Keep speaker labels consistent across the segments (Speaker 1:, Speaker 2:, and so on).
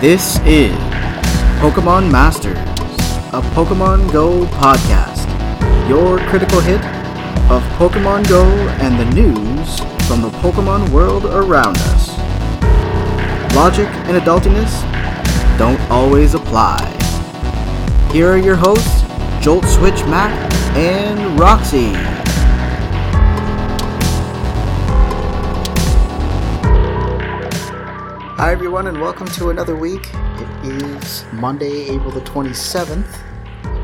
Speaker 1: This is Pokemon Masters, a Pokemon Go podcast. Your critical hit of Pokemon Go and the news from the Pokemon world around us. Logic and adultiness don't always apply. Here are your hosts, Jolt Switch Mac and Roxy. Hi, everyone, and welcome to another week. It is Monday, April the 27th.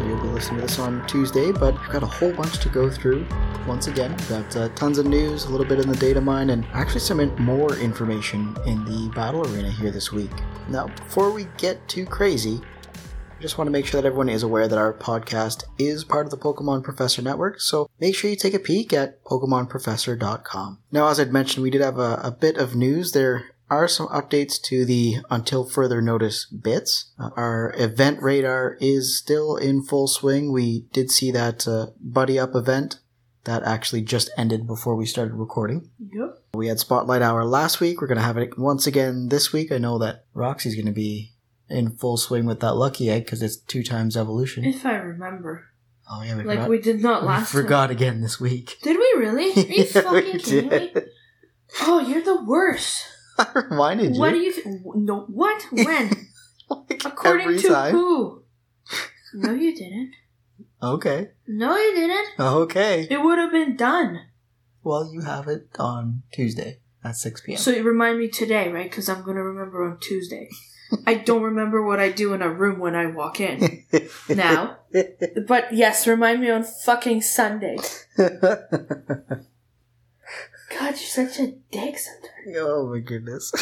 Speaker 1: You'll be listening to this on Tuesday, but I've got a whole bunch to go through once again. We've got uh, tons of news, a little bit in the data mine, and actually some in- more information in the battle arena here this week. Now, before we get too crazy, I just want to make sure that everyone is aware that our podcast is part of the Pokemon Professor Network, so make sure you take a peek at PokemonProfessor.com. Now, as I'd mentioned, we did have a, a bit of news. There are some updates to the Until Further Notice bits. Uh, our event radar is still in full swing. We did see that uh, Buddy Up event that actually just ended before we started recording.
Speaker 2: Yep.
Speaker 1: We had Spotlight Hour last week. We're going to have it once again this week. I know that Roxy's going to be in full swing with that lucky egg because it's two times evolution.
Speaker 2: If I remember.
Speaker 1: Oh, yeah, we
Speaker 2: like,
Speaker 1: forgot.
Speaker 2: we did not
Speaker 1: we
Speaker 2: last
Speaker 1: forgot again this week.
Speaker 2: Time. Did we really? Are you
Speaker 1: Yeah, we
Speaker 2: fucking kidding me?
Speaker 1: did.
Speaker 2: Oh, you're the worst.
Speaker 1: I reminded you.
Speaker 2: What do you. Th- no, what? When?
Speaker 1: Like,
Speaker 2: According
Speaker 1: every
Speaker 2: to
Speaker 1: time.
Speaker 2: who? No, you didn't.
Speaker 1: Okay.
Speaker 2: No, you didn't.
Speaker 1: Okay.
Speaker 2: It would have been done.
Speaker 1: Well, you have it on Tuesday at 6 p.m.
Speaker 2: So you remind me today, right? Because I'm going to remember on Tuesday. I don't remember what I do in a room when I walk in now. But yes, remind me on fucking Sunday. God, you're such a dick sometimes.
Speaker 1: Oh my goodness.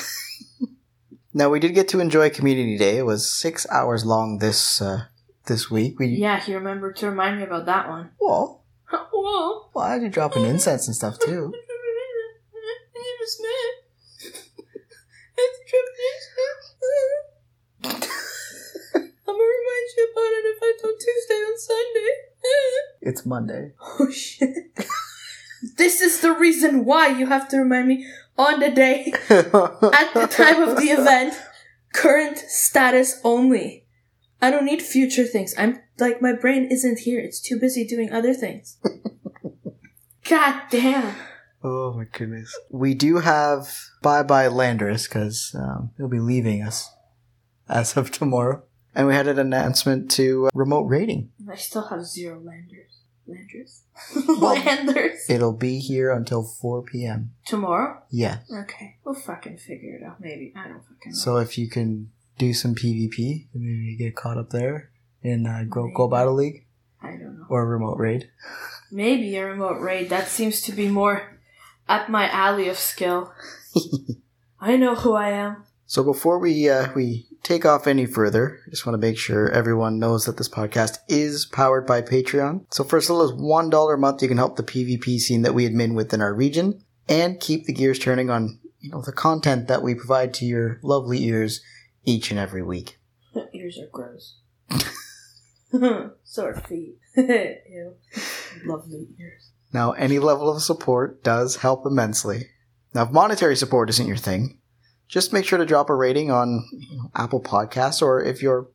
Speaker 1: now we did get to enjoy community day. It was 6 hours long this uh this week. We
Speaker 2: Yeah, he remembered to remind me about that one.
Speaker 1: Well,
Speaker 2: Whoa.
Speaker 1: well, I had you dropping incense and stuff too.
Speaker 2: I'm gonna remind you about an event on Tuesday on Sunday.
Speaker 1: It's Monday.
Speaker 2: oh shit. This is the reason why you have to remind me on the day, at the time of the event, current status only. I don't need future things. I'm like, my brain isn't here. It's too busy doing other things. God damn.
Speaker 1: Oh my goodness. We do have bye bye Landris because um, he'll be leaving us as of tomorrow. And we had an announcement to uh, remote rating.
Speaker 2: I still have zero landers. Landers?
Speaker 1: Well-
Speaker 2: landers.
Speaker 1: It'll be here until 4 p.m.
Speaker 2: Tomorrow?
Speaker 1: Yeah.
Speaker 2: Okay. We'll fucking figure it out, maybe. I don't fucking know.
Speaker 1: So if you can do some PvP, maybe you get caught up there in uh, Go, Go Battle League
Speaker 2: I don't know.
Speaker 1: or Remote Raid.
Speaker 2: Maybe a remote raid. That seems to be more up my alley of skill. I know who I am.
Speaker 1: So before we uh, we take off any further, I just want to make sure everyone knows that this podcast is powered by Patreon. So for as little as one dollar a month, you can help the PvP scene that we admin within our region and keep the gears turning on you know the content that we provide to your lovely ears each and every week.
Speaker 2: Ears are gross. so are feet. Ew. Lovely ears.
Speaker 1: Now, any level of support does help immensely. Now, if monetary support isn't your thing, just make sure to drop a rating on you know, Apple Podcasts, or if your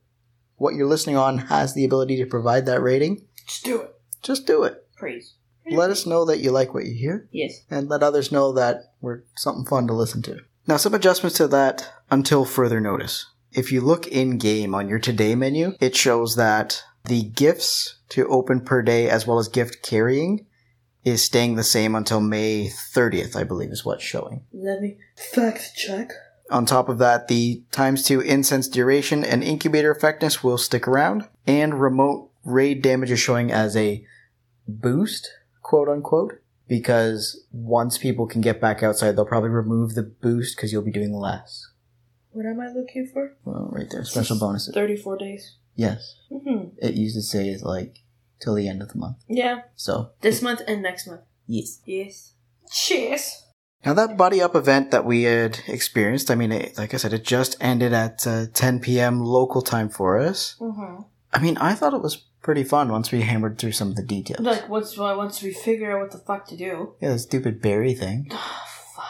Speaker 1: what you're listening on has the ability to provide that rating,
Speaker 2: Just do it.
Speaker 1: just do it.
Speaker 2: Praise.
Speaker 1: Let us know that you like what you hear,
Speaker 2: Yes.
Speaker 1: and let others know that we're something fun to listen to. Now, some adjustments to that until further notice. If you look in game on your today menu, it shows that the gifts to open per day as well as gift carrying is staying the same until May 30th, I believe, is what's showing.
Speaker 2: Let me fact check.
Speaker 1: On top of that, the times two incense duration and incubator effectiveness will stick around, and remote raid damage is showing as a boost, quote unquote, because once people can get back outside, they'll probably remove the boost because you'll be doing less.
Speaker 2: What am I looking for?
Speaker 1: Well, right there, special bonuses.
Speaker 2: 34 days.
Speaker 1: Yes,
Speaker 2: hmm
Speaker 1: it used to say like till the end of the month.
Speaker 2: Yeah.
Speaker 1: So
Speaker 2: This month and next month.
Speaker 1: yes.
Speaker 2: Yes. Cheers.
Speaker 1: Now that buddy up event that we had experienced, I mean, it, like I said, it just ended at uh, 10 p.m. local time for us.
Speaker 2: Mm-hmm.
Speaker 1: I mean, I thought it was pretty fun once we hammered through some of the details.
Speaker 2: Like once well, once we figure out what the fuck to do.
Speaker 1: yeah, the stupid berry thing.
Speaker 2: Oh, fuck.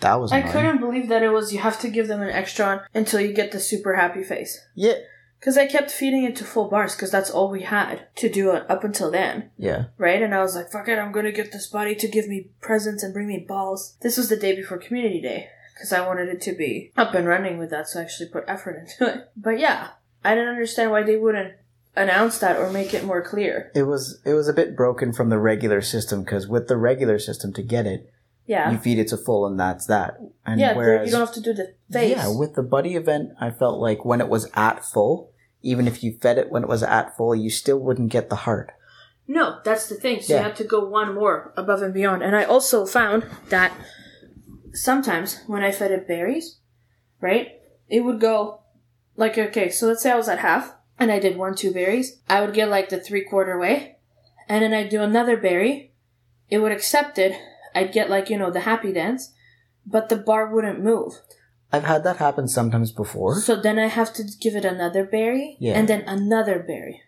Speaker 1: That was
Speaker 2: I
Speaker 1: annoying.
Speaker 2: couldn't believe that it was you have to give them an extra until you get the super happy face.
Speaker 1: Yeah.
Speaker 2: Because I kept feeding it to full bars because that's all we had to do it up until then,
Speaker 1: Yeah.
Speaker 2: right? And I was like, fuck it, I'm gonna get this body to give me presents and bring me balls. This was the day before Community Day because I wanted it to be up and running with that, so I actually put effort into it. But yeah, I didn't understand why they wouldn't announce that or make it more clear.
Speaker 1: It was it was a bit broken from the regular system because with the regular system to get it,
Speaker 2: Yeah.
Speaker 1: you feed it to full and that's that. And
Speaker 2: yeah, the-
Speaker 1: whereas
Speaker 2: you don't have to do the face.
Speaker 1: yeah, with the buddy event, I felt like when it was at full, even if you fed it when it was at full, you still wouldn't get the heart.
Speaker 2: No, that's the thing. So
Speaker 1: Yeah.
Speaker 2: you have to go one more above and beyond. And I also found that sometimes when I fed it berries, right, it would go like okay. So let's say I was at half and I did one two berries, I would get like the three quarter way, and then I'd do another berry. It would accept it. I'd get like you know the happy dance, but the bar wouldn't move.
Speaker 1: I've had that happen sometimes before.
Speaker 2: So then I have to give it another berry,
Speaker 1: Yeah.
Speaker 2: and then another berry,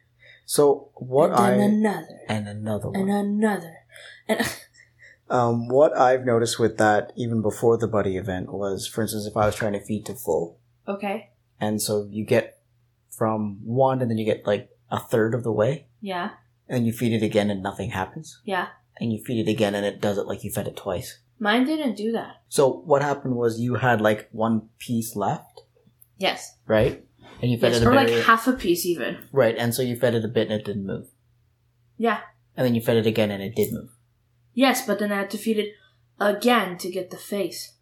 Speaker 1: So what I
Speaker 2: and then another,
Speaker 1: and another one.
Speaker 2: and another, and.
Speaker 1: Um, what I've noticed with that, even before the buddy event, was, for instance, if I was trying to feed to full,
Speaker 2: Okay.
Speaker 1: and so you get from one, and then you get like a third of the way,
Speaker 2: Yeah.
Speaker 1: and you feed it again, and nothing happens,
Speaker 2: Yeah.
Speaker 1: and you feed it again, and it does it like you fed it twice.
Speaker 2: Mine didn't do that.
Speaker 1: So what happened was you had like one piece left,
Speaker 2: Yes.
Speaker 1: right? And you fed
Speaker 2: Yes,
Speaker 1: it a
Speaker 2: Or
Speaker 1: bit,
Speaker 2: like half a piece even.
Speaker 1: right? And so you fed it a bit, and it didn't move.
Speaker 2: Yeah.
Speaker 1: And then you fed it again, and it did move.
Speaker 2: Yes, but then I had to feed it again to get the face.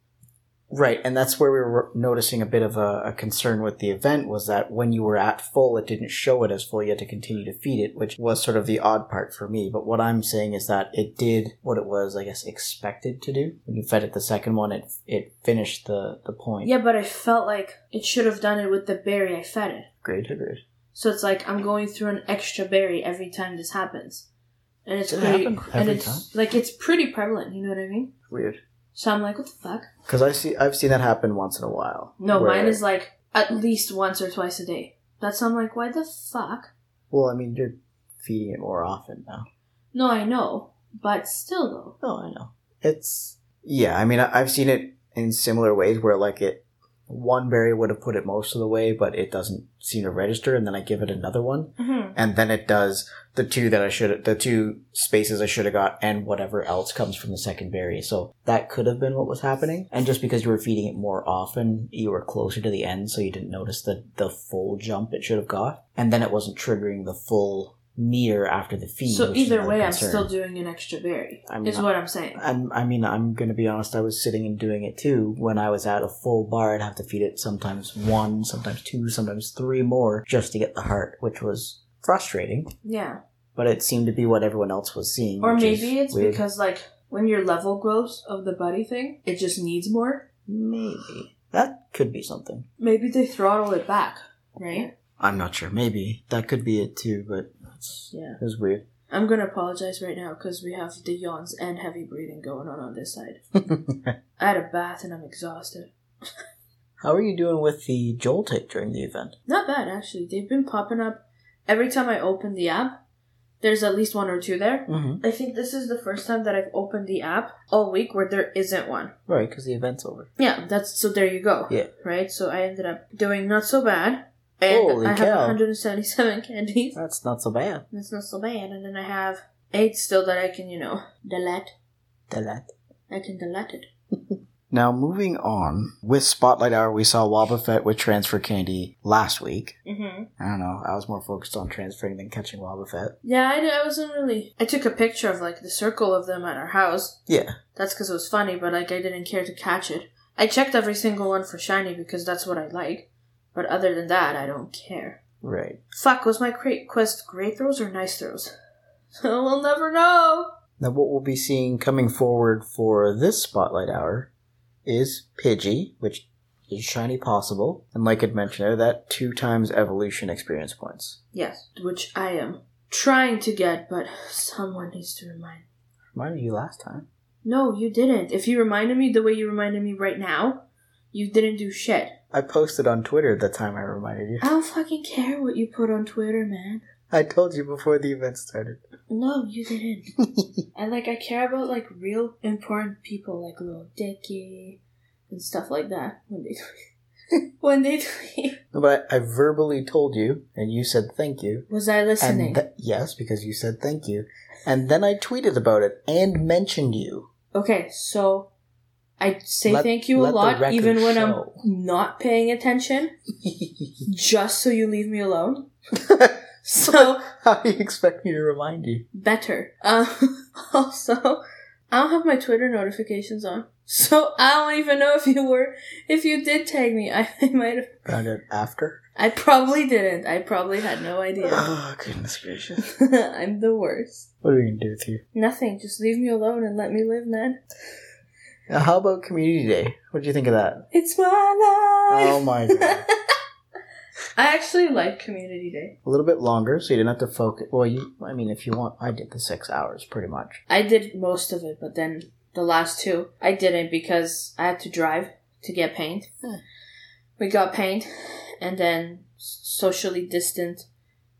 Speaker 1: Right, and that's where we were noticing a bit of a, a concern with the event was that when you were at full, it didn't show it as full. You had to continue to feed it, which was sort of the odd part for me. But what I'm saying is that it did what it was, I guess, expected to do. When you fed it the second one, it it finished the the point.
Speaker 2: Yeah, but I felt like it should have done it with the berry I fed it.
Speaker 1: Great, agreed.
Speaker 2: So it's like I'm going through an extra berry every time this happens. And it's
Speaker 1: Does it
Speaker 2: pretty
Speaker 1: happen
Speaker 2: and
Speaker 1: every
Speaker 2: it's like it's pretty prevalent, you know what I mean?
Speaker 1: Weird,
Speaker 2: So I'm like, what the fuck?
Speaker 1: because I see I've seen that happen once in a while.
Speaker 2: No,
Speaker 1: where-
Speaker 2: mine is like at least once or twice a day. That's I'm like, why the fuck?
Speaker 1: well, I mean, you're feeding it more often now.
Speaker 2: No, I know. But still though.
Speaker 1: No, I know. It's yeah. I mean, I- I've seen it in similar ways where like it one berry would have put it most of the way, but it doesn't seem to register, and then I give it another one,
Speaker 2: Mm-hmm.
Speaker 1: and then it does the two that I should the two spaces I should have got, and whatever else comes from the second berry. So that could have been what was happening, and just because you were feeding it more often, you were closer to the end, so you didn't notice the the full jump it should have got, and then it wasn't triggering the full meter after the feed.
Speaker 2: So
Speaker 1: which is
Speaker 2: either
Speaker 1: another
Speaker 2: way, I'm
Speaker 1: concern.
Speaker 2: still doing an extra berry.
Speaker 1: I'm
Speaker 2: is
Speaker 1: not-
Speaker 2: what I'm saying.
Speaker 1: And I mean, I'm gonna be honest. I was sitting and doing it too. When I was at a full bar, I'd have to feed it sometimes one, sometimes two, sometimes three more just to get the heart, which was frustrating.
Speaker 2: yeah.
Speaker 1: But it seemed to be what everyone else was seeing.
Speaker 2: Or
Speaker 1: which is
Speaker 2: maybe it's
Speaker 1: weird.
Speaker 2: because like when your level grows of the buddy thing, it just needs more.
Speaker 1: maybe that could be something.
Speaker 2: Maybe they throttle it back, right?
Speaker 1: I'm not sure. Maybe that could be it too. But it's,
Speaker 2: Yeah.
Speaker 1: it was weird.
Speaker 2: I'm gonna apologize right now because we have the yawns and heavy breathing going on on this side. I had a bath and I'm exhausted.
Speaker 1: How are you doing with the Joel tape during the event?
Speaker 2: Not bad actually. They've been popping up every time I open the app. There's at least one or two there.
Speaker 1: Mm-hmm.
Speaker 2: I think this is the first time that I've opened the app all week where there isn't one.
Speaker 1: Right, because the event's over.
Speaker 2: Yeah, that's so there you go.
Speaker 1: Yeah.
Speaker 2: Right? So I ended up doing not so bad. And
Speaker 1: Holy
Speaker 2: I have
Speaker 1: cow.
Speaker 2: 177 candies.
Speaker 1: That's not so bad.
Speaker 2: That's not so bad. And then I have eight still that I can, you know, delete.
Speaker 1: Delete.
Speaker 2: I can delete it.
Speaker 1: Now, moving on, with Spotlight Hour, we saw Wobbuffet with Transfer Candy last week.
Speaker 2: Mm-hmm.
Speaker 1: I don't know, I was more focused on transferring than catching Wobbuffet.
Speaker 2: Yeah, I, di- I wasn't really. I took a picture of like the circle of them at our house.
Speaker 1: Yeah.
Speaker 2: That's because it was funny, but like I didn't care to catch it. I checked every single one for shiny because that's what I like. But other than that, I don't care.
Speaker 1: Right.
Speaker 2: Fuck, was my cre- quest great throws or nice throws? we'll never know.
Speaker 1: Now, what we'll be seeing coming forward for this Spotlight Hour is Pidgey, which is shiny possible, and like I'd mentioned there, that two times evolution experience points.
Speaker 2: Yes, which I am trying to get, but someone needs to remind.
Speaker 1: Reminded you last time.
Speaker 2: No, you didn't. If you reminded me the way you reminded me right now, you didn't do shit.
Speaker 1: I posted on Twitter the time I reminded you.
Speaker 2: I don't fucking care what you put on Twitter, man.
Speaker 1: I told you before the event started.
Speaker 2: No, you didn't. and like, I care about like real important people, like Lil Dicky, and stuff like that when they when they tweet.
Speaker 1: No, but I, I verbally told you, and you said thank you.
Speaker 2: Was I listening?
Speaker 1: And th- yes, because you said thank you. And then I tweeted about it and mentioned you.
Speaker 2: okay, so I say
Speaker 1: Let-
Speaker 2: thank you a
Speaker 1: let the
Speaker 2: lot,
Speaker 1: record
Speaker 2: even when
Speaker 1: show.
Speaker 2: I'm not paying attention, just so you leave me alone. So
Speaker 1: How do you expect me to remind you?
Speaker 2: better. Um, also, I don't have my Twitter notifications on, so I don't even know if you were if you did tag me. I, I might have.
Speaker 1: Found out after?
Speaker 2: I probably didn't. I probably had no idea.
Speaker 1: Oh, goodness gracious.
Speaker 2: I'm the worst.
Speaker 1: What are we going to do with you?
Speaker 2: Nothing. Just leave me alone and let me live, man.
Speaker 1: Now, how about Community Day? What do you think of that?
Speaker 2: It's my life.
Speaker 1: Oh my god.
Speaker 2: I actually like Community Day.
Speaker 1: A little bit longer, so you didn't have to focus. Well, you, I mean, if you want, I did the six hours pretty much.
Speaker 2: I did most of it, but then the last two I didn't because I had to drive to get paint.
Speaker 1: Huh.
Speaker 2: We got paint, and then socially distant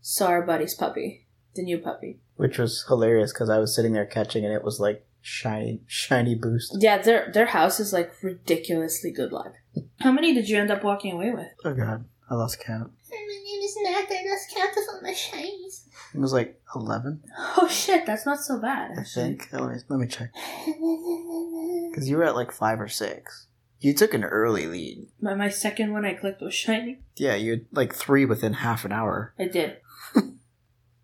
Speaker 2: saw our buddy's puppy, the new puppy.
Speaker 1: Which was hilarious because I was sitting there catching and it was like shiny, shiny boost.
Speaker 2: Yeah, their their house is like ridiculously good luck. How many did you end up walking away with?
Speaker 1: Oh god, I lost count.
Speaker 3: My name is Nat. I lost count of all my shinies.
Speaker 1: It was like 11,
Speaker 2: Oh shit, that's not so bad
Speaker 1: I
Speaker 2: actually.
Speaker 1: think. Let me, let me check. Because you were at like five or six. You took an early lead.
Speaker 2: My, my second one I clicked was shiny.
Speaker 1: Yeah, you had like three within half an hour.
Speaker 2: I did.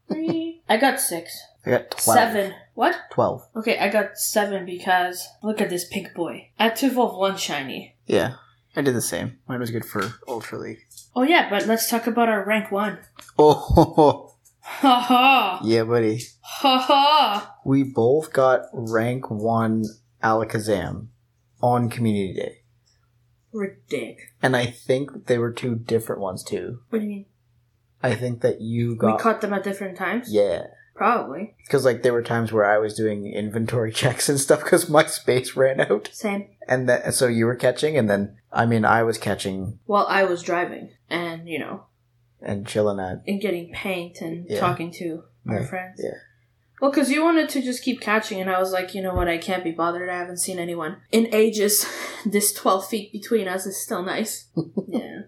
Speaker 2: Three. I got six.
Speaker 1: I got 12.
Speaker 2: Seven. What?
Speaker 1: 12.
Speaker 2: Okay, I got seven because look at this pink boy. I had to evolve one shiny.
Speaker 1: Yeah, I did the same. Mine was good for Ultra League.
Speaker 2: Oh yeah, but let's talk about our rank one.
Speaker 1: Oh, ho, ho.
Speaker 2: Ha ha!
Speaker 1: yeah, buddy.
Speaker 2: Ha ha!
Speaker 1: We both got rank one Alakazam on Community Day.
Speaker 2: Ridic.
Speaker 1: And I think they were two different ones too.
Speaker 2: What do you mean?
Speaker 1: I think that you got.
Speaker 2: We caught them at different times?
Speaker 1: yeah.
Speaker 2: Probably.
Speaker 1: Because, like, there were times where I was doing inventory checks and stuff because my space ran out.
Speaker 2: Same.
Speaker 1: And that, so you were catching, and then, I mean, I was catching
Speaker 2: While I was driving and, you know,
Speaker 1: and chilling at.
Speaker 2: and getting paint and
Speaker 1: Yeah.
Speaker 2: talking to our
Speaker 1: Yeah,
Speaker 2: friends.
Speaker 1: yeah.
Speaker 2: Well, because you wanted to just keep catching, and I was like, you know what, I can't be bothered. I haven't seen anyone in ages. This 12 feet between us is still nice. yeah.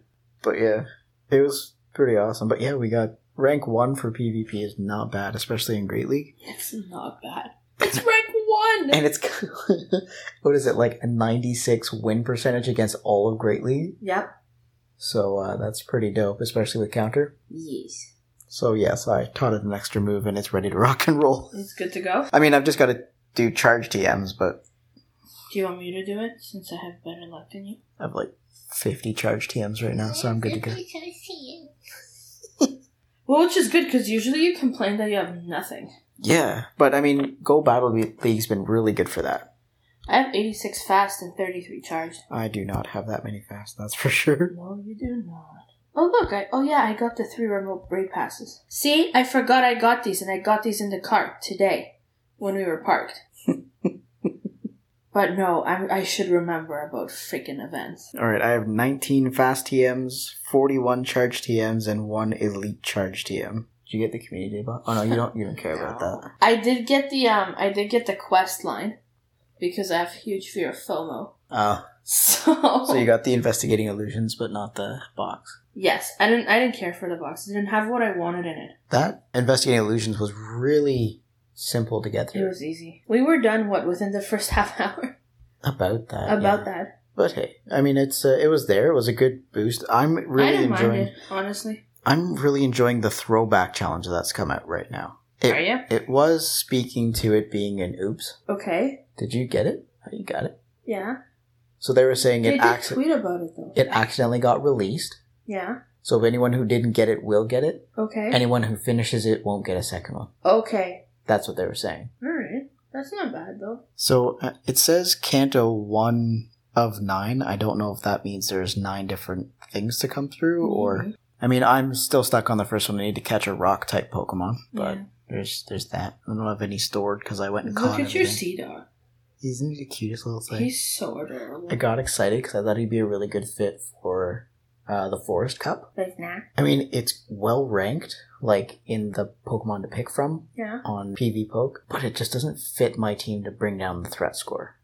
Speaker 1: But yeah, it was pretty awesome. But yeah, we got rank one for PvP is not bad, especially in Great League.
Speaker 2: It's not bad. It's rank one!
Speaker 1: And it's, what is it, like a 96 win percentage against all of Great League?
Speaker 2: Yep.
Speaker 1: So uh, that's pretty dope, especially with counter.
Speaker 2: Yes.
Speaker 1: So yes, I taught it an extra move and it's ready to rock and roll.
Speaker 2: It's good to go.
Speaker 1: I mean, I've just got to do charge TMs, but
Speaker 2: Do you want me to do it since I have better luck than you?
Speaker 1: I have like 50 charge TMs right now, so I'm good to go.
Speaker 3: Because he-
Speaker 2: Well, which is good because usually you complain that you have nothing.
Speaker 1: Yeah, but I mean, Go Battle Le- League's been really good for that.
Speaker 2: I have 86 fast and 33 charge.
Speaker 1: I do not have that many fast, that's for sure.
Speaker 2: No, you do not. Oh, look, I. Oh, yeah, I got the three remote raid passes. See, I forgot I got these and I got these in the cart today when we were parked. but no, I'm, I should remember about freaking events.
Speaker 1: All right, I have 19 fast TMs, 41 charge TMs, and one elite charge TM. Did you get the community bot? Oh no, you don't. You don't care about that.
Speaker 2: I did get the um I did get the quest line because I have huge fear of FOMO.
Speaker 1: Oh,
Speaker 2: So,
Speaker 1: so you got the investigating illusions, but not the box.
Speaker 2: Yes, I didn't I didn't care for the box. It didn't have what I wanted in it.
Speaker 1: That investigating illusions was really simple to get through.
Speaker 2: It was easy. We were done what within the first half hour
Speaker 1: about that
Speaker 2: about
Speaker 1: yeah.
Speaker 2: that.
Speaker 1: but hey i mean it's uh, it was there it was a good boost i'm
Speaker 2: I
Speaker 1: really
Speaker 2: didn't
Speaker 1: enjoying
Speaker 2: mind it, honestly.
Speaker 1: i'm really enjoying the throwback challenge that's come out right now it,
Speaker 2: Are you?
Speaker 1: it was speaking to it being an oops
Speaker 2: Okay.
Speaker 1: did you get it Oh, you got it
Speaker 2: Yeah.
Speaker 1: so they were saying
Speaker 2: They
Speaker 1: it
Speaker 2: did
Speaker 1: acci-
Speaker 2: tweet about it though.
Speaker 1: it accidentally got released
Speaker 2: yeah.
Speaker 1: so if anyone who didn't get it will get it
Speaker 2: Okay.
Speaker 1: anyone who finishes it won't get a second one
Speaker 2: okay.
Speaker 1: that's what they were saying
Speaker 2: Alright. That's not bad though.
Speaker 1: So uh, it says Canto 1 of 9. I don't know if that means there's nine different things to come
Speaker 2: Mm-hmm.
Speaker 1: through or I mean, I'm still stuck on the first one. I need to catch a rock type Pokemon, but
Speaker 2: Yeah.
Speaker 1: there's there's that. I don't have any stored cuz I went and
Speaker 2: Look
Speaker 1: caught
Speaker 2: at your
Speaker 1: everything.
Speaker 2: sea dog.
Speaker 1: Isn't he the cutest little thing?
Speaker 2: He's so adorable.
Speaker 1: I got excited cuz I thought he'd be a really good fit for uh, the Forest Cup.
Speaker 2: like nah.
Speaker 1: I mean, it's well ranked like in the Pokemon to pick from
Speaker 2: Yeah.
Speaker 1: on PvPoke, but it just doesn't fit my team to bring down the threat score.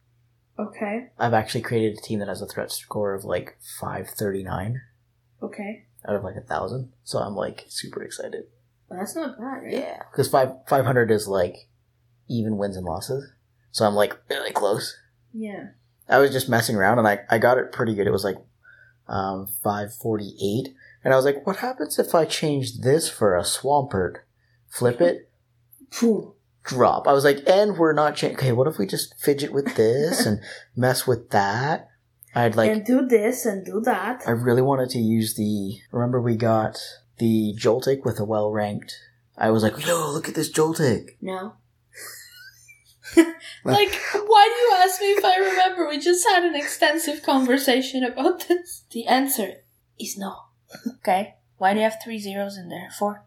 Speaker 2: Okay.
Speaker 1: I've actually created a team that has a threat score of like 539
Speaker 2: Okay.
Speaker 1: out of like a thousand. So I'm like super excited.
Speaker 2: That's not bad, right?
Speaker 1: Yeah, because five five hundred is like even wins and losses. So I'm like really close.
Speaker 2: Yeah.
Speaker 1: I was just messing around and I, I got it pretty good. It was like um, 548. And I was like, what happens if I change this for a Swampert? Flip it,
Speaker 2: Phew.
Speaker 1: drop. I was like, and we're not changing. Okay, what if we just fidget with this and mess with that? I'd like,
Speaker 2: and do this and do that.
Speaker 1: I really wanted to use the. Remember, we got the Joltik with a well ranked. I was like, yo, look at this Joltik.
Speaker 2: No. like, why do you ask me if I remember? We just had an extensive conversation about this. The answer is no. Okay. Why do you have three zeros in there? Four?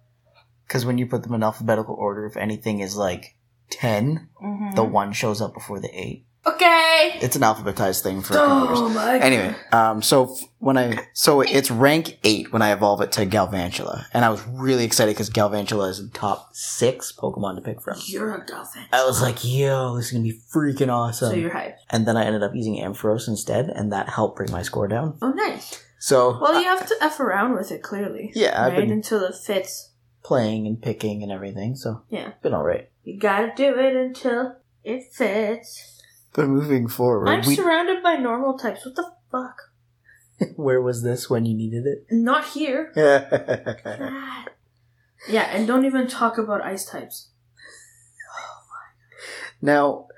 Speaker 1: Because when you put them in alphabetical order, if anything is like 10,
Speaker 2: Mm-hmm.
Speaker 1: the 1 shows up before the 8.
Speaker 2: okay.
Speaker 1: It's an alphabetized thing for computers.
Speaker 2: Oh my
Speaker 1: Anyway, um, so f- when I so it's rank eight when I evolve it to Galvantula, and I was really excited because Galvantula is the top six Pokemon to pick from.
Speaker 2: You're a dolphin.
Speaker 1: I was like, "Yo, this is gonna be freaking awesome!"
Speaker 2: so you're hyped.
Speaker 1: and then I ended up using Ampharos instead, and that helped bring my score down.
Speaker 2: Oh, nice.
Speaker 1: So
Speaker 2: Well,
Speaker 1: I-
Speaker 2: you have to F around with it, clearly.
Speaker 1: yeah, I've
Speaker 2: right?
Speaker 1: been
Speaker 2: Until it fits.
Speaker 1: playing and picking and everything, so
Speaker 2: Yeah.
Speaker 1: been all right.
Speaker 2: You gotta do it until it fits.
Speaker 1: But moving forward,
Speaker 2: I'm surrounded by normal types. What the fuck?
Speaker 1: where was this when you needed it?
Speaker 2: Not here.
Speaker 1: yeah,
Speaker 2: God. Yeah, and don't even talk about ice types.
Speaker 1: now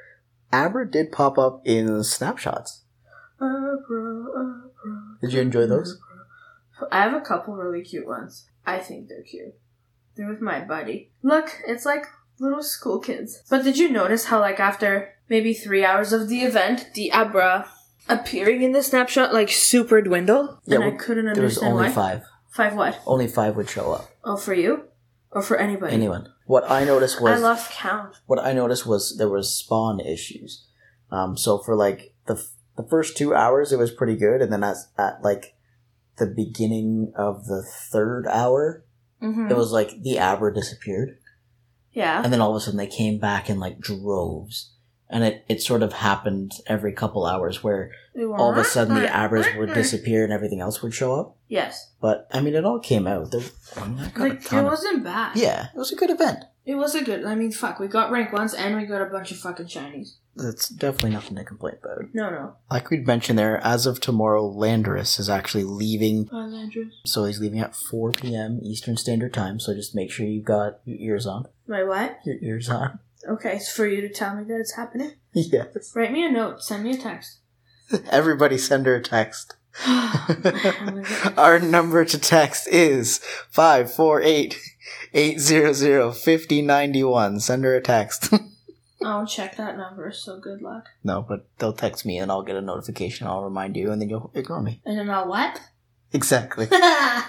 Speaker 1: Abra did pop up in snapshots. Did you enjoy those?
Speaker 2: Mm-hmm. I have a couple really cute ones. I think they're cute. They're with my buddy. Look, it's like little school kids. But did you notice how, like, after maybe three hours of the event, the Abra appearing in the snapshot, like, super dwindled?
Speaker 1: Yeah,
Speaker 2: and I
Speaker 1: well,
Speaker 2: couldn't
Speaker 1: There was
Speaker 2: understand
Speaker 1: only
Speaker 2: why.
Speaker 1: five.
Speaker 2: Five what?
Speaker 1: Only five would show up.
Speaker 2: Oh, for you? Or for anybody?
Speaker 1: Anyone. What I noticed
Speaker 2: I
Speaker 1: was
Speaker 2: lost count.
Speaker 1: what I noticed was there was spawn issues. Um, so for like the f- the first two hours, it was pretty good, and then as at like the beginning of the third hour,
Speaker 2: Mm-hmm.
Speaker 1: it was like the Abra disappeared,
Speaker 2: yeah.
Speaker 1: and then all of a sudden they came back in like droves. And it, it sort of happened every couple hours where all of a sudden the abras would disappear and everything else would show up.
Speaker 2: Yes.
Speaker 1: But I mean, it all came out. There, I mean, I got a
Speaker 2: Like, it
Speaker 1: ton of-
Speaker 2: wasn't bad.
Speaker 1: yeah, it was a good event.
Speaker 2: It was a good. I mean, fuck, we got rank ones and we got a bunch of fucking shinies.
Speaker 1: That's definitely nothing to complain about.
Speaker 2: No, no.
Speaker 1: Like we'd mentioned there, as of tomorrow, Landorus is actually leaving.
Speaker 2: Bye, Landrew.
Speaker 1: So he's leaving at 4 p.m. Eastern Standard Time. So just make sure you've got your ears on.
Speaker 2: My what?
Speaker 1: Your ears on.
Speaker 2: Okay, it's for you to tell me that it's happening.
Speaker 1: Yes.
Speaker 2: Write me a note. Send me a text.
Speaker 1: Everybody send her a text.
Speaker 2: Oh my God.
Speaker 1: Our number to text is 548 800 5091. Send her a text.
Speaker 2: I'll check that number, so good luck.
Speaker 1: no, but they'll text me and I'll get a notification. I'll remind you and then you'll ignore me.
Speaker 2: And then I'll what?
Speaker 1: Exactly.
Speaker 2: oh,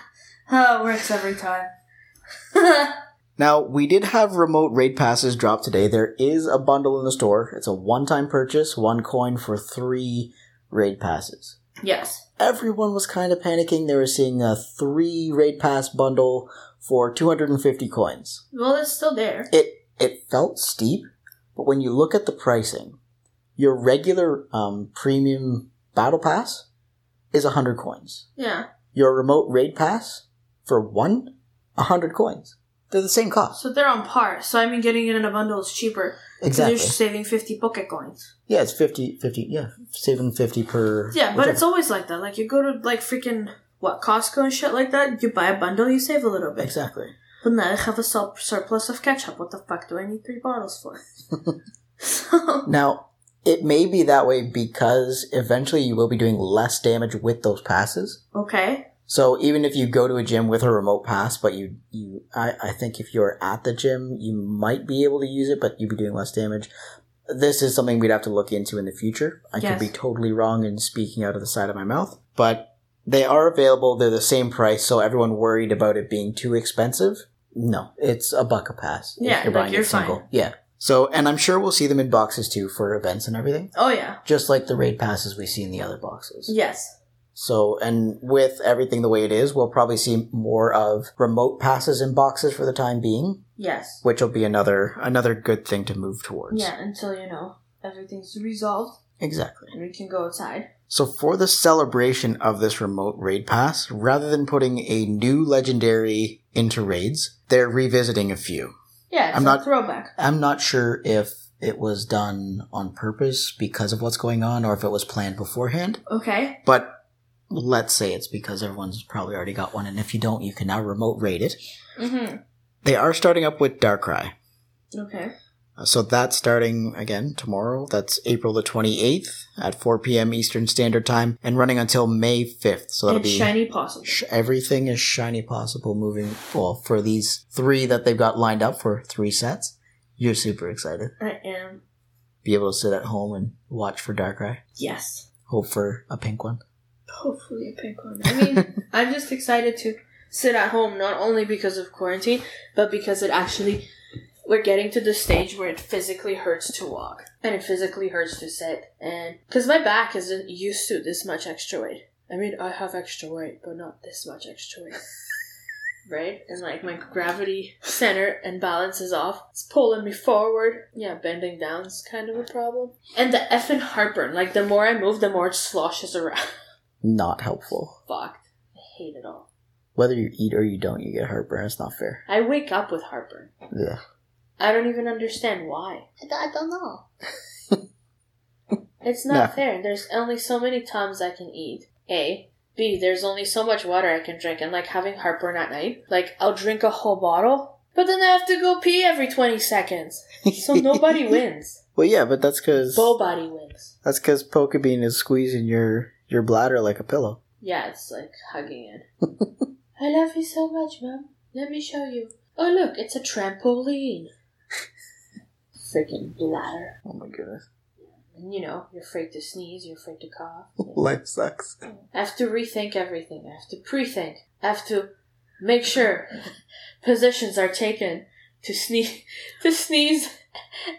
Speaker 2: it works every time. oh,
Speaker 1: Now, we did have remote raid passes drop today. There is a bundle in the store. It's a one time purchase, one coin for three raid passes.
Speaker 2: yes.
Speaker 1: Everyone was kind of panicking. They were seeing a three raid pass bundle for 250 coins.
Speaker 2: Well, it's still there.
Speaker 1: It, it felt steep, but when you look at the pricing, your regular um, premium battle pass is 100 coins.
Speaker 2: Yeah.
Speaker 1: Your remote raid pass for one, 100 coins. They're the same cost.
Speaker 2: So they're on par. So I mean, getting it in a bundle is cheaper. So
Speaker 1: Exactly.
Speaker 2: They're just saving fifty pocket coins.
Speaker 1: Yeah, it's 50, 50 yeah, saving 50 per.
Speaker 2: Yeah, but
Speaker 1: whichever.
Speaker 2: it's always like that. Like you go to like freaking what Costco and shit like that. You buy a bundle, you save a little bit.
Speaker 1: Exactly.
Speaker 2: But now I have a sur- surplus of ketchup. What the fuck do I need three bottles for? so
Speaker 1: Now, it may be that way because eventually you will be doing less damage with those passes.
Speaker 2: okay,
Speaker 1: So even if you go to a gym with a remote pass, but you, you, I, I think if you're at the gym, you might be able to use it, but you'd be doing less damage. This is something we'd have to look into in the future. I
Speaker 2: Yes.
Speaker 1: could be totally wrong in speaking out of the side of my mouth, but they are available. They're the same price, so everyone worried about it being too expensive. No, it's a buck a pass.
Speaker 2: Yeah, like,
Speaker 1: it
Speaker 2: you're fine.
Speaker 1: Yeah. So, and I'm sure we'll see them in boxes too for events and everything,
Speaker 2: oh yeah,
Speaker 1: just like the raid passes we see in the other boxes.
Speaker 2: yes,
Speaker 1: So, and with everything the way it is, we'll probably see more of remote passes and boxes for the time being,
Speaker 2: yes,
Speaker 1: which will be another another good thing to move towards.
Speaker 2: yeah. Until you know everything's resolved.
Speaker 1: Exactly.
Speaker 2: and we can go outside.
Speaker 1: So for the celebration of this remote raid pass, rather than putting a new legendary into raids, they're revisiting a few.
Speaker 2: Yeah, it's
Speaker 1: I'm
Speaker 2: a
Speaker 1: not-
Speaker 2: throwback.
Speaker 1: I'm not sure if it was done on purpose because of what's going on or if it was planned beforehand,
Speaker 2: Okay.
Speaker 1: but let's say it's because everyone's probably already got one and if you don't, you can now remote raid it.
Speaker 2: Mm-hmm.
Speaker 1: They are starting up with Darkrai.
Speaker 2: Okay.
Speaker 1: So that's starting again tomorrow. That's April the 28th at 4 p.m. Eastern Standard Time and running until May 5th. So that'll
Speaker 2: and
Speaker 1: be
Speaker 2: shiny possum.
Speaker 1: sh- everything is shiny possible moving well for these three that they've got lined up for three sets. You're super excited.
Speaker 2: I am.
Speaker 1: Be able to sit at home and watch for Darkrai.
Speaker 2: Yes.
Speaker 1: Hope for a pink one.
Speaker 2: Hopefully a pink one. I mean, I'm just excited to sit at home, not only because of quarantine, but because it actually we're getting to the stage where it physically hurts to walk and it physically hurts to sit and because my back isn't used to this much extra weight i mean i have extra weight but not this much extra weight right and like my gravity center and balance is off it's pulling me forward yeah bending down is kind of a problem and the effing heartburn like the more i move the more it sloshes around
Speaker 1: Not helpful.
Speaker 2: fucked. I hate it all.
Speaker 1: Whether you eat or you don't, you get heartburn. It's not fair.
Speaker 2: I wake up with heartburn.
Speaker 1: Yeah.
Speaker 2: I don't even understand why.
Speaker 3: I, don't- I don't know.
Speaker 2: It's not
Speaker 1: No.
Speaker 2: fair. There's only so many times I can eat. A. B. There's only so much water I can drink. And like having heartburn at night, like I'll drink a whole bottle, but then I have to go pee every 20 seconds. So nobody wins.
Speaker 1: Well, yeah, but that's because
Speaker 2: Nobody wins.
Speaker 1: that's because Pokebean is squeezing your your bladder like a pillow.
Speaker 2: Yeah, it's like hugging it. I love you so much, Mom. Let me show you. Oh, look, it's a trampoline. Freaking bladder.
Speaker 1: Oh my goodness,
Speaker 2: And you know, you're afraid to sneeze, you're afraid to cough.
Speaker 1: life sucks.
Speaker 2: I have to rethink everything. I have to pre-think. I have to make sure positions are taken to sneeze, to sneeze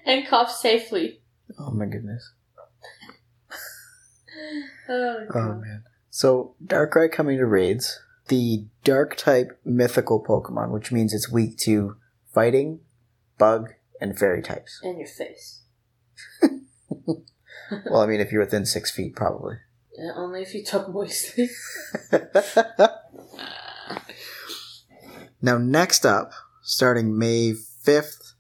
Speaker 2: and cough safely.
Speaker 1: Oh my goodness.
Speaker 2: Oh,
Speaker 1: Oh
Speaker 2: God.
Speaker 1: man. So Darkrai coming to raids. The dark type mythical Pokemon, which means it's weak to fighting, bug, and fairy types.
Speaker 2: and your face.
Speaker 1: Well, I mean if you're within six feet probably.
Speaker 2: Uh, only if you talk moistly.
Speaker 1: now next up, starting May fifth,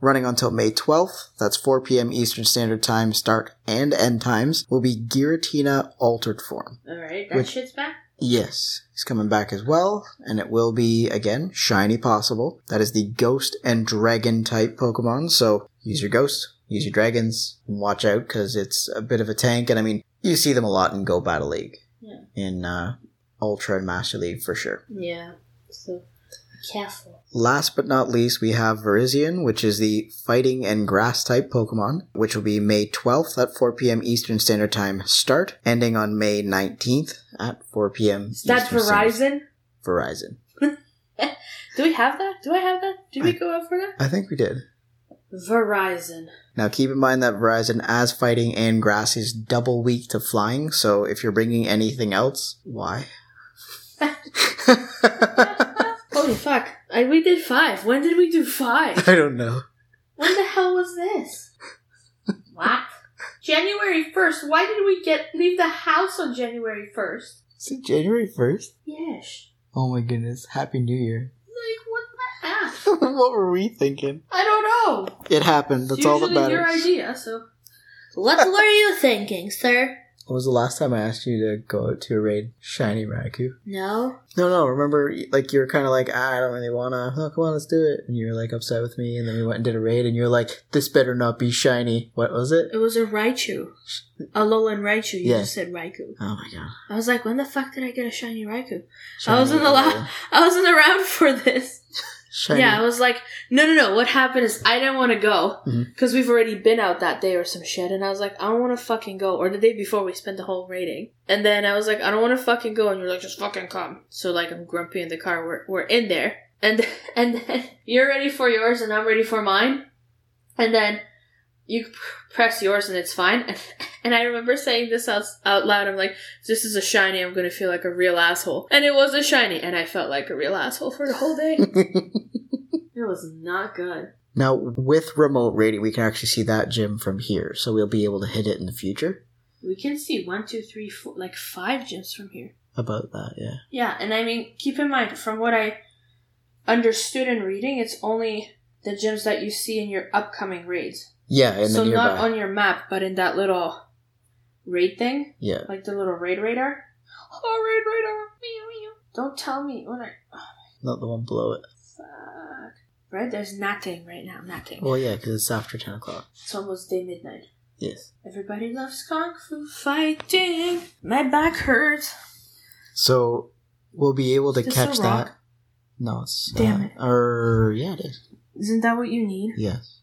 Speaker 1: running until May twelfth, that's four PM Eastern Standard Time start and end times, will be Giratina altered form.
Speaker 2: All right, that
Speaker 1: Which-
Speaker 2: shit's back.
Speaker 1: Yes, he's coming back as well, and it will be again shiny possible. That is the ghost and dragon type Pokemon. So use your ghost, use your dragons, and watch out because it's a bit of a tank. And I mean, you see them a lot in Go Battle League,
Speaker 2: Yeah.
Speaker 1: in uh, Ultra and Master League for sure.
Speaker 2: Yeah. So be careful.
Speaker 1: Last but not least, we have Virizion, which is the fighting and grass type Pokemon, which will be May 12th at 4 p.m. Eastern Standard Time start, ending on May 19th at 4 p.m.
Speaker 2: Is that
Speaker 1: Eastern Standard-
Speaker 2: Verizon?
Speaker 1: Verizon.
Speaker 2: Do we have that? Do I have that? Did we go out for that?
Speaker 1: I think we did.
Speaker 2: Verizon.
Speaker 1: Now keep in mind that Verizon as fighting and grass is double weak to flying, so if you're bringing anything else, why? I
Speaker 2: Holy fuck. I, we did five. When did we do five?
Speaker 1: don't know.
Speaker 2: When the hell was this? What? January 1st. Why did we get leave the house on January 1st?
Speaker 1: Is it January 1st?
Speaker 2: Yes.
Speaker 1: Oh my goodness. Happy New Year.
Speaker 2: Like, what the heck?
Speaker 1: what were we thinking?
Speaker 2: I don't know.
Speaker 1: It happened. That's
Speaker 2: it's
Speaker 1: all
Speaker 2: usually
Speaker 1: that matters.
Speaker 2: your idea, so. What were you thinking, sir?
Speaker 1: When was the last time I asked you to go out to a raid Shiny Raku?
Speaker 2: No.
Speaker 1: No, no. Remember, like you were kind of like, ah, I don't really wanna. Oh, come on, let's do it. And you were like upset with me, and then we went and did a raid, and you were like, this better not be shiny. What was it?
Speaker 2: It was a Raichu. A Alolan Raichu. You
Speaker 1: Yeah.
Speaker 2: just said Raikou.
Speaker 1: Oh my god!
Speaker 2: I was like, when the fuck did I get a shiny Raikou?
Speaker 1: Shiny
Speaker 2: wasn't allowed-
Speaker 1: Raku.
Speaker 2: I wasn't around for this.
Speaker 1: Shiny.
Speaker 2: Yeah, I was like, no, no, no. What happened is I didn't want to go
Speaker 1: Mhm.
Speaker 2: because we've already been out that day or some shit, and I was like, I don't want to fucking go. Or the day before, we spent the whole rating, and then I was like, I don't want to fucking go, and you're like, just fucking come. So like, I'm grumpy in the car. We're we're in there, and and then you're ready for yours, and I'm ready for mine, and then you p- press yours, and it's fine. And, I remember saying this out, out loud. I'm like, this is a shiny. I'm gonna feel like a real asshole, and it was a shiny, and I felt like a real asshole for the whole day. It was not good.
Speaker 1: Now, with remote rating, we can actually see that gym from here, so we'll be able to hit it in the future.
Speaker 2: We can see one, two, three, four, like five gyms from here.
Speaker 1: About that, yeah.
Speaker 2: Yeah, and I mean, keep in mind, from what I understood in reading, it's only the gyms that you see in your upcoming raids.
Speaker 1: Yeah, in
Speaker 2: so
Speaker 1: the nearby.
Speaker 2: not on your map, but in that little raid thing,
Speaker 1: yeah.
Speaker 2: like the little raid radar. Oh, raid radar! Meow, meow. Don't tell me when I.
Speaker 1: Not the one below it.
Speaker 2: Fuck. Right? There's nothing right now, nothing.
Speaker 1: Well, yeah, because it's after 10 o'clock.
Speaker 2: It's almost day midnight.
Speaker 1: Yes.
Speaker 2: Everybody loves kung fu fighting. My back hurts.
Speaker 1: So we'll be able to
Speaker 2: Is this
Speaker 1: catch
Speaker 2: a rock?
Speaker 1: that. No, it's.
Speaker 2: Damn
Speaker 1: not.
Speaker 2: it.
Speaker 1: Or, yeah, it is.
Speaker 2: Isn't that what you need?
Speaker 1: Yes.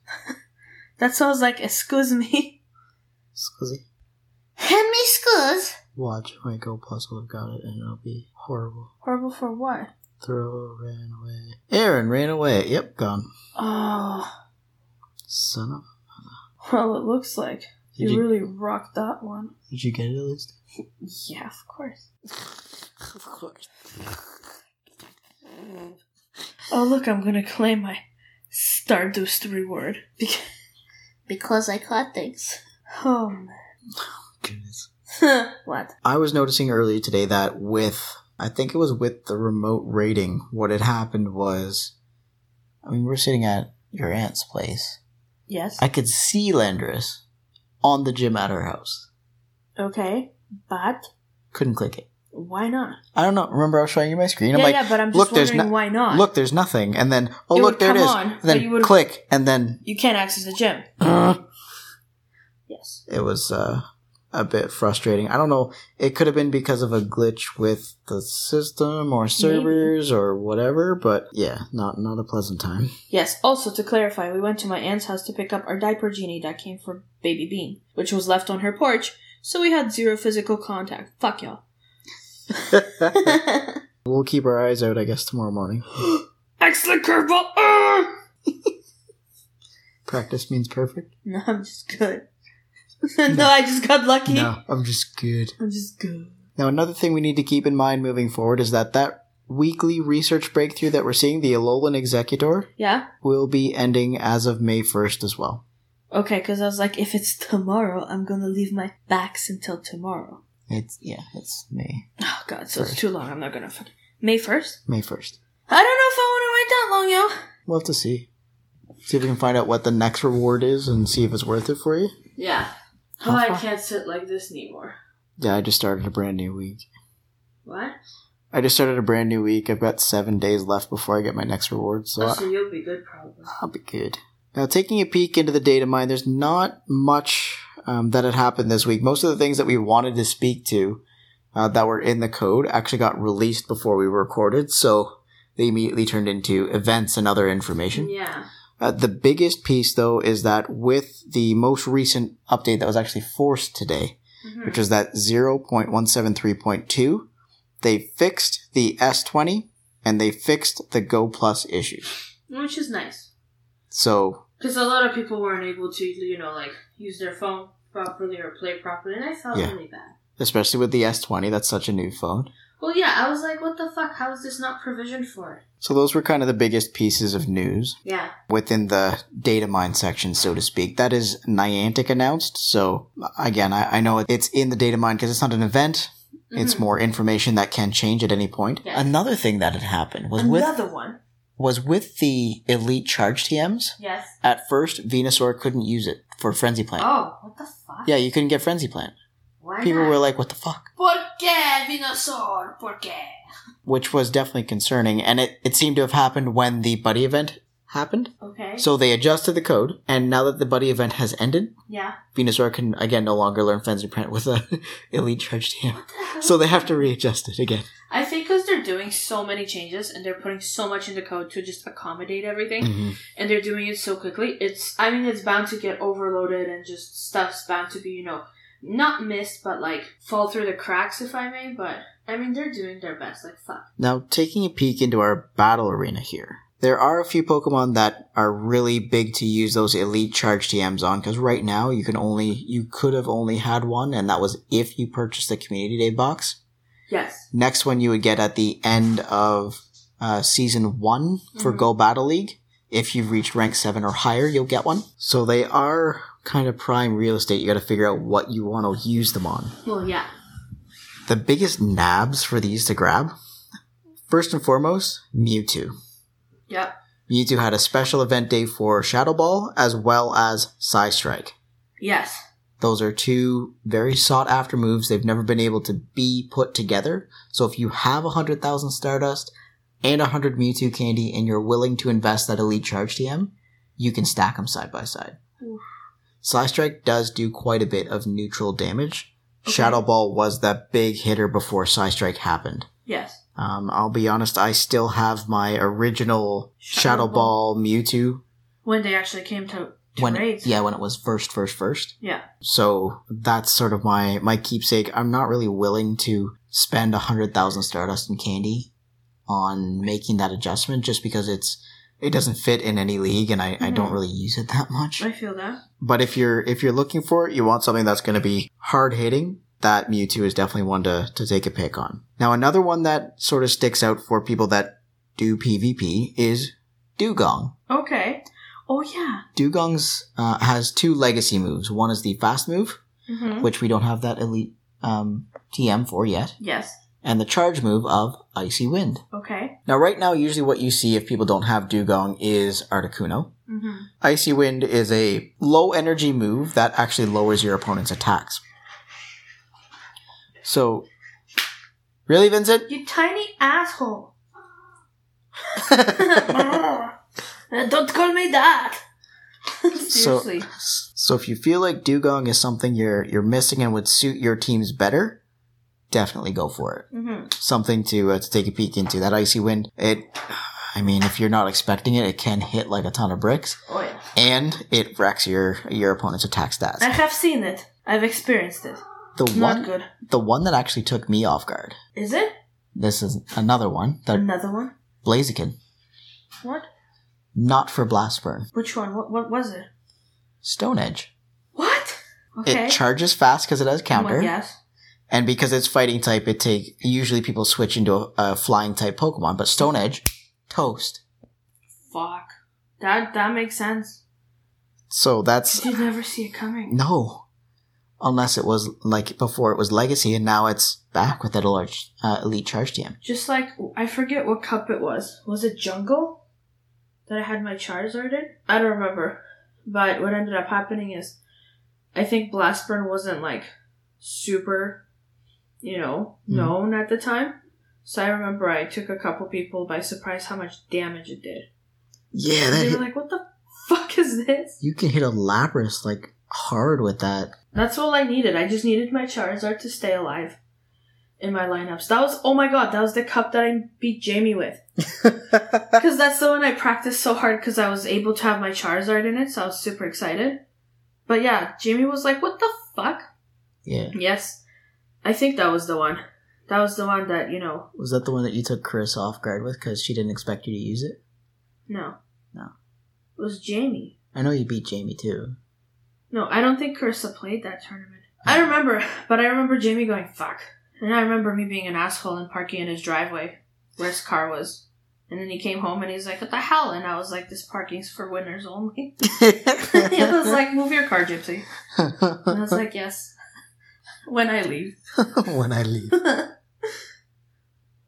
Speaker 2: That sounds like, excuse me.
Speaker 1: Scusi.
Speaker 4: Hand me scores.
Speaker 1: Watch my go puzzle. I've got it, and it'll be horrible.
Speaker 2: Horrible for what?
Speaker 1: Throw ran away. Aaron ran away. Yep, gone.
Speaker 2: Oh,
Speaker 1: Son of.
Speaker 2: well, it looks like
Speaker 1: Did
Speaker 2: you
Speaker 1: you,
Speaker 2: really rocked that one.
Speaker 1: did you get it at least?
Speaker 2: Yeah, of course.
Speaker 1: Of course.
Speaker 2: Oh, look, I'm gonna claim my Stardust reward. Because,
Speaker 4: Because I caught things.
Speaker 2: oh, man.
Speaker 1: Goodness.
Speaker 2: what?
Speaker 1: I was noticing earlier today that with I think it was with the remote rating, what had happened was I mean we're sitting at your aunt's place.
Speaker 2: Yes.
Speaker 1: I could see Landris on the gym at her house.
Speaker 2: okay, but
Speaker 1: Couldn't click it.
Speaker 2: why not?
Speaker 1: I don't know. Remember I was showing you my screen? I'm
Speaker 2: yeah,
Speaker 1: like,
Speaker 2: yeah, but I'm just
Speaker 1: look, there's
Speaker 2: wondering
Speaker 1: no-
Speaker 2: why not.
Speaker 1: look, there's nothing. And then oh
Speaker 2: It
Speaker 1: look,
Speaker 2: would
Speaker 1: there it
Speaker 2: come
Speaker 1: is.
Speaker 2: on,
Speaker 1: and
Speaker 2: but you
Speaker 1: then
Speaker 2: would've-
Speaker 1: click and then
Speaker 2: you can't access the gym. Yes.
Speaker 1: it was uh, a bit frustrating. I don't know. It could have been because of a glitch with the system or servers or whatever, but yeah, not not a pleasant time.
Speaker 2: Yes. Also, to clarify, we went to my aunt's house to pick up our diaper genie that came from Baby Bean, which was left on her porch, so we had zero physical contact. Fuck y'all.
Speaker 1: we'll keep our eyes out, I guess, tomorrow morning.
Speaker 2: Excellent curveball! Ah!
Speaker 1: Practice means perfect.
Speaker 2: No, I'm just good. no, I just got lucky.
Speaker 1: No, I'm just good.
Speaker 2: I'm just good.
Speaker 1: Now, another thing we need to keep in mind moving forward is that that weekly research breakthrough that we're seeing, the Alolan Executor,
Speaker 2: Yeah?
Speaker 1: will be ending as of May 1st as well.
Speaker 2: Okay, because I was like, if it's tomorrow, I'm gonna leave my backs until tomorrow.
Speaker 1: It's, yeah, it's May.
Speaker 2: Oh god, so
Speaker 1: Sorry.
Speaker 2: it's too long. I'm not gonna fucking. May 1st?
Speaker 1: May 1st.
Speaker 2: I don't know if I wanna wait that long, yo.
Speaker 1: We'll have to see. See if we can find out what the next reward is and see if it's worth it for you.
Speaker 2: Yeah.
Speaker 1: Oh, I
Speaker 2: can't sit like this anymore.
Speaker 1: Yeah, I just started a brand new week.
Speaker 2: What?
Speaker 1: I just started a brand new week. I've got seven days left before I get my next reward, so I-
Speaker 2: Oh, you'll be good, probably.
Speaker 1: I'll be good. Now, taking a peek into the data mine, there's not much um, that had happened this week. Most of the things that we wanted to speak to uh, that were in the code actually got released before we recorded, so they immediately turned into events and other information.
Speaker 2: Yeah.
Speaker 1: Uh, the biggest piece, though, is that with the most recent update that was actually forced today,
Speaker 2: Mm-hmm.
Speaker 1: which was that 0.173.2, they fixed the S20 and they fixed the Go Plus issues.
Speaker 2: Which is nice.
Speaker 1: So
Speaker 2: Because a lot of people weren't able to, you know, like, use their phone properly or play properly, and I felt
Speaker 1: Yeah.
Speaker 2: really bad.
Speaker 1: especially with the S20. That's such a new phone.
Speaker 2: Well, yeah, I was like, what the fuck? How is this not provisioned for?
Speaker 1: So those were kind of the biggest pieces of news
Speaker 2: Yeah.
Speaker 1: within the data mine section, so to speak. That is Niantic announced. So again, I, I know it's in the data mine because it's not an event.
Speaker 2: Mm-hmm.
Speaker 1: It's more information that can change at any point.
Speaker 2: Yeah.
Speaker 1: Another thing that had happened was with
Speaker 2: Another one.
Speaker 1: was with the elite charge TMs.
Speaker 2: Yes.
Speaker 1: At first, Venusaur couldn't use it for Frenzy Plant.
Speaker 2: Oh, what the fuck?
Speaker 1: Yeah, you couldn't get Frenzy Plant.
Speaker 2: Why
Speaker 1: People
Speaker 2: not?
Speaker 1: were like, "What the fuck."
Speaker 2: Por qué, Venusaur? Por qué?
Speaker 1: which was definitely concerning, and it, it seemed to have happened when the buddy event happened.
Speaker 2: Okay.
Speaker 1: So they adjusted the code, and now that the buddy event has ended,
Speaker 2: yeah. Venusaur
Speaker 1: Venusaur can again no longer learn Frenzy Print with a elite charged ham.
Speaker 2: What the hell?
Speaker 1: So they have to readjust it again.
Speaker 2: I think because they're doing so many changes and they're putting so much into code to just accommodate everything,
Speaker 1: Mm.
Speaker 2: and they're doing it so quickly, it's I mean it's bound to get overloaded and just stuff's bound to be you know not missed but like fall through the cracks if I may. But I mean they're doing their best. Like fuck.
Speaker 1: Now, taking a peek into our battle arena here, there are a few Pokemon that are really big to use those elite charge TMs on, because right now you can only, you could have only had one, and that was if you purchased the Community Day box.
Speaker 2: Yes.
Speaker 1: next one you would get at the end of uh, season one for
Speaker 2: Mhm.
Speaker 1: Go Battle League If you've reached rank 7 or higher, you'll get one. So they are kind of prime real estate. You gotta figure out what you want to use them on.
Speaker 2: Well, yeah.
Speaker 1: The biggest nabs for these to grab, first and foremost, Mewtwo.
Speaker 2: Yep.
Speaker 1: Mewtwo had a special event day for Shadow Ball as well as Psy Strike.
Speaker 2: Yes.
Speaker 1: Those are two very sought after moves. They've never been able to be put together. So if you have 100,000 Stardust and 100 Mewtwo candy and you're willing to invest that Elite Charge TM, you can stack them side by side.
Speaker 2: Oof.
Speaker 1: Psy Strike does do quite a bit of neutral damage. Shadow Ball was that big hitter before Psy Strike happened.
Speaker 2: Yes.
Speaker 1: Um, I'll be honest, I still have my original Shadow,
Speaker 2: Shadow
Speaker 1: Ball. Mewtwo
Speaker 2: When they actually came to, to
Speaker 1: when
Speaker 2: raids.
Speaker 1: yeah when it was first first first.
Speaker 2: Yeah.
Speaker 1: So that's sort of my my keepsake. I'm not really willing to spend a hundred thousand Stardust and candy on making that adjustment just because it's it doesn't fit in any league and I, I don't
Speaker 2: Mhm.
Speaker 1: really use it that much.
Speaker 2: I feel that.
Speaker 1: But if you're if you're looking for it, you want something that's going to be hard hitting. That Mewtwo is definitely one to to take a pick on. Now another one that sort of sticks out for people that do PvP is Dugong.
Speaker 2: Okay. Oh, yeah.
Speaker 1: Dugong's uh, has two legacy moves. One is the fast move,
Speaker 2: Mm-hmm.
Speaker 1: which we don't have that elite um, TM for yet,
Speaker 2: Yes.
Speaker 1: and the charge move of Icy Wind.
Speaker 2: Okay.
Speaker 1: Now right now, usually what you see if people don't have Dugong is Articuno.
Speaker 2: Mm-hmm.
Speaker 1: Icy Wind is a low energy move that actually lowers your opponent's attacks. So, really, Vincent?
Speaker 2: You tiny asshole. Ah.
Speaker 5: Uh, Don't call me that.
Speaker 2: Seriously.
Speaker 1: so, if you feel like Dugong is something you're you're missing and would suit your teams better, definitely go for it.
Speaker 2: mm-hmm.
Speaker 1: Something to uh, to take a peek into. That Icy Wind, it. I mean, if you're not expecting it, it can hit like a ton of bricks,
Speaker 2: Oh, yeah.
Speaker 1: and it wrecks your your opponent's attack stats.
Speaker 2: I have seen it. I've experienced it.
Speaker 1: The
Speaker 2: Not
Speaker 1: one,
Speaker 2: good.
Speaker 1: the one that actually took me off guard.
Speaker 2: Is it?
Speaker 1: This is another one that
Speaker 2: Another one?
Speaker 1: Blaziken,
Speaker 2: What?
Speaker 1: not for Blastburn.
Speaker 2: Which one? What, what was it?
Speaker 1: Stone Edge.
Speaker 2: What? Okay. Oh
Speaker 1: It charges fast because it has counter,
Speaker 2: Well, yes.
Speaker 1: and because it's fighting type, it take usually people switch into a, a flying type Pokemon. But Stone Edge, toast.
Speaker 2: Fuck. That that makes sense.
Speaker 1: So that's
Speaker 2: Did you never see it coming?
Speaker 1: no, unless it was like before it was Legacy, and now it's back with that large uh, Elite Charge TM.
Speaker 2: Just like I forget what cup it was. Was it jungle? That I had my Charizard in? I don't remember. But what ended up happening is, I think Blastburn wasn't like super, you know,
Speaker 1: Mhm.
Speaker 2: known at the time. So I remember I took a couple people by surprise how much damage it did.
Speaker 1: Yeah, that
Speaker 2: They were
Speaker 1: hit,
Speaker 2: like, "What the fuck is this?"
Speaker 1: you can hit a Lapras like hard with that.
Speaker 2: That's all I needed. I just needed my Charizard to stay alive in my lineups. That was oh my god, that was the cup that I beat Jamie with. Because that's the one I practiced so hard because I was able to have my Charizard in it, so I was super excited. But yeah, Jamie was like, what the fuck?
Speaker 1: yeah,
Speaker 2: Yes. I think that was the one. That was the one that, you know,
Speaker 1: was that the one that you took Chris off guard with because she didn't expect you to use it?
Speaker 2: no.
Speaker 1: No.
Speaker 2: It was Jamie.
Speaker 1: I know you beat Jamie too.
Speaker 2: No, I don't think Carissa played that tournament. I remember, but I remember Jamie going, fuck. And I remember me being an asshole and parking in his driveway where his car was. And then he came home and he's like, what the hell? And I was like, this parking's for winners only. he was like, move your car, Gypsy. And I was like, yes. When I leave. Hmm.
Speaker 1: when I leave.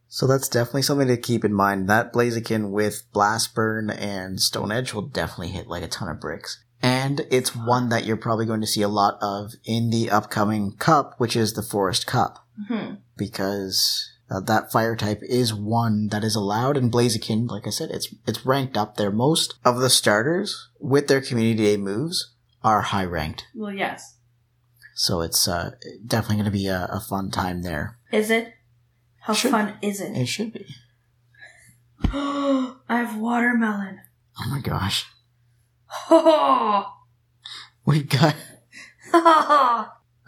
Speaker 1: So that's definitely something to keep in mind. That Blaziken with Blastburn and Stone Edge will definitely hit like a ton of bricks. And it's one that you're probably going to see a lot of in the upcoming cup, which is the Forest Cup,
Speaker 2: hmm
Speaker 1: because uh, that fire type is one that is allowed. And Blaziken, like I said, it's it's ranked up there. Most of the starters with their community day moves are high ranked,
Speaker 2: Well, yes.
Speaker 1: so it's uh, definitely going to be a, a fun time there.
Speaker 2: Is it? How
Speaker 1: Sure.
Speaker 2: fun is it?
Speaker 1: It should be.
Speaker 2: I have watermelon.
Speaker 1: Oh my gosh.
Speaker 2: Oh,
Speaker 1: We've got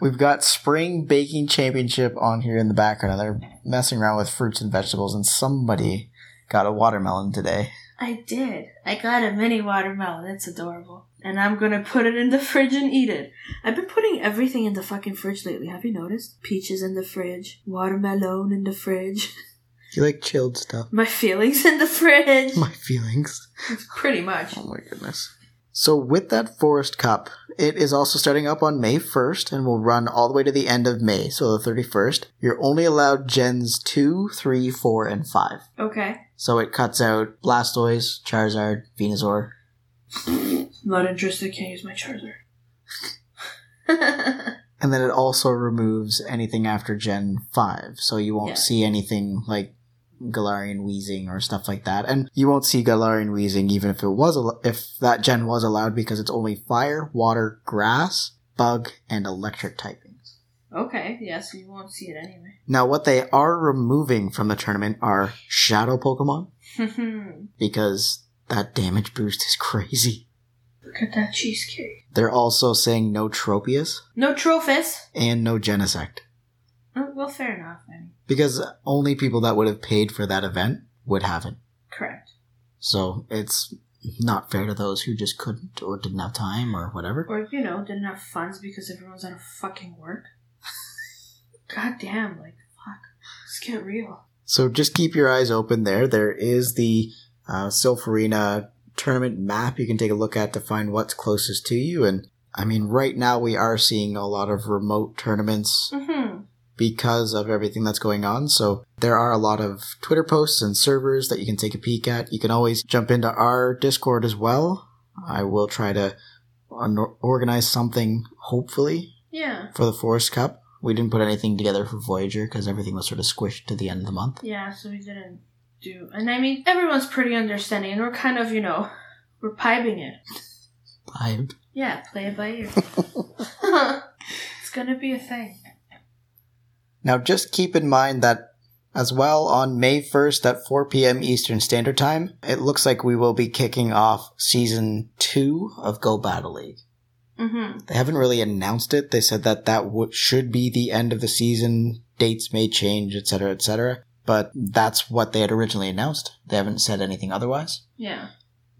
Speaker 1: we've got spring baking championship on here in the background. They're messing around with fruits and vegetables, and somebody got a watermelon today.
Speaker 2: I did. I got a mini watermelon. It's adorable. And I'm gonna put it in the fridge and eat it. I've been putting everything in the fucking fridge lately. Have you noticed? Peaches in the fridge, watermelon in the fridge.
Speaker 1: You like chilled stuff.
Speaker 2: My feelings in the fridge.
Speaker 1: My feelings.
Speaker 2: Pretty much.
Speaker 1: Oh my goodness. So with that Forest Cup, it is also starting up on May 1st and will run all the way to the end of May, so the 31st. You're only allowed gens 2, 3, 4, and 5.
Speaker 2: Okay.
Speaker 1: So it cuts out Blastoise, Charizard, Venusaur.
Speaker 2: Not interested. Can't use my charger.
Speaker 1: And then it also removes anything after Gen 5, so you won't
Speaker 2: Yeah.
Speaker 1: see anything like Galarian Wheezing or stuff like that. And you won't see Galarian Wheezing even if it was al- if that gen was allowed because it's only fire, water, grass, bug, and electric typings.
Speaker 2: okay. Yes, you won't see it anyway.
Speaker 1: Now, what they are removing from the tournament are shadow Pokemon because that damage boost is crazy.
Speaker 2: Look at that cheesecake.
Speaker 1: They're also saying no Tropius
Speaker 2: No trophies.
Speaker 1: and no Genesect
Speaker 2: Oh, well, fair enough. Then.
Speaker 1: because only people that would have paid for that event would have it.
Speaker 2: Correct.
Speaker 1: So it's not fair to those who just couldn't or didn't have time or whatever.
Speaker 2: Or you know, didn't have funds because everyone's out of fucking work. God damn! Like fuck. Let's get real.
Speaker 1: So just keep your eyes open there. There is the uh, Silpharina tournament map you can take a look at to find what's closest to you. And I mean, right now we are seeing a lot of remote tournaments
Speaker 2: Mm-hmm.
Speaker 1: because of everything that's going on. So there are a lot of Twitter posts and servers that you can take a peek at. You can always jump into our Discord as well. I will try to un- organize something, hopefully,
Speaker 2: Yeah.
Speaker 1: for the Forest Cup. We didn't put anything together for Voyager because everything was sort of squished to the end of the month.
Speaker 2: Yeah. So we didn't do, and I mean, everyone's pretty understanding, and we're kind of you know, we're piping it.
Speaker 1: I
Speaker 2: Yeah, play it by ear. it's gonna be a thing.
Speaker 1: Now, just keep in mind that as well on May 1st at 4 p.m. Eastern Standard Time, it looks like we will be kicking off season two of Go Battle League.
Speaker 2: Mm-hmm.
Speaker 1: They haven't really announced it. They said that that w- should be the end of the season. Dates may change, etc., etc. But that's what they had originally announced. They haven't said anything otherwise.
Speaker 2: Yeah.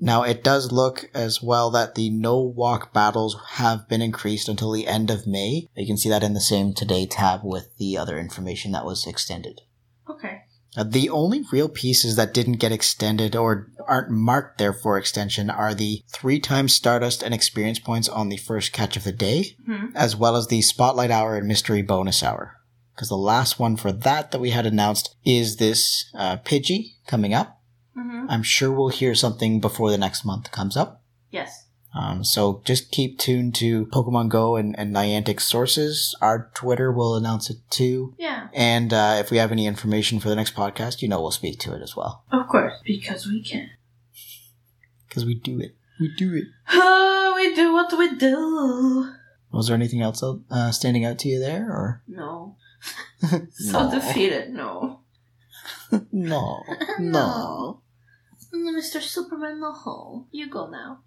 Speaker 1: Now, it does look as well that the no walk battles have been increased until the end of May. You can see that in the same today tab with the other information that was extended.
Speaker 2: Okay.
Speaker 1: Now, the only real pieces that didn't get extended or aren't marked there for extension are the three times Stardust and experience points on the first catch of the day,
Speaker 2: Mhm.
Speaker 1: as well as the Spotlight Hour and Mystery Bonus Hour. Because the last one for that that we had announced is this uh, Pidgey coming up.
Speaker 2: Mm-hmm.
Speaker 1: I'm sure we'll hear something before the next month comes up.
Speaker 2: Yes.
Speaker 1: Um, so just keep tuned to Pokemon Go and, and Niantic sources. Our Twitter will announce it too.
Speaker 2: Yeah.
Speaker 1: And uh, if we have any information for the next podcast, you know we'll speak to it as well.
Speaker 2: Of course, because we can.
Speaker 1: Because we do it. We do it.
Speaker 2: Oh, we do what we do.
Speaker 1: Was there anything else out- uh, standing out to you there? or
Speaker 2: No. So
Speaker 1: No.
Speaker 2: defeated. No.
Speaker 1: No. no.
Speaker 2: No. Mr. Superman the Hole. You go now.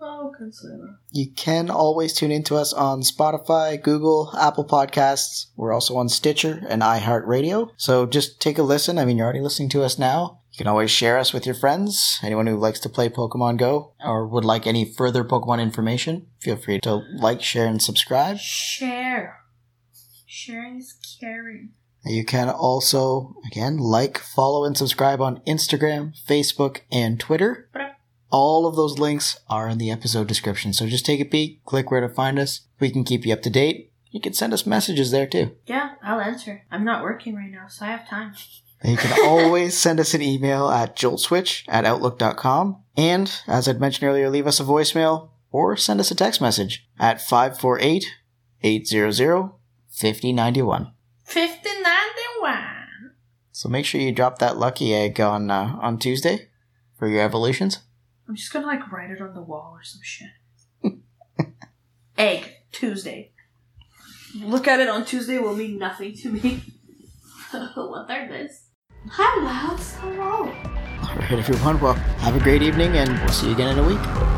Speaker 2: oh, Consuelo.
Speaker 1: You can always tune in to us on Spotify, Google, Apple Podcasts. We're also on Stitcher and iHeartRadio. So just take a listen. I mean, you're already listening to us now. You can always share us with your friends. Anyone who likes to play Pokemon Go or would like any further Pokemon information, feel free to like, share, and subscribe.
Speaker 2: Share. Sharing is caring.
Speaker 1: You can also, again, like, follow, and subscribe on Instagram, Facebook, and Twitter. All of those links are in the episode description. So just take a peek, click where to find us. We can keep you up to date. You can send us messages there too.
Speaker 2: Yeah, I'll answer. I'm not working right now, so I have time.
Speaker 1: And You can always send us an email at joltswitch at outlook.com. And as I'd mentioned earlier, leave us a voicemail or send us a text message at 548 800 5091.
Speaker 2: 1591.
Speaker 1: So make sure you drop that lucky egg on uh, on Tuesday for your evolutions.
Speaker 2: I'm just gonna like write it on the wall or some shit. Egg Tuesday. Look at it on Tuesday will mean nothing to me. what are this? Hi, Louds. Hello.
Speaker 1: All right, everyone. Well, have a great evening, and we'll see you again in a week.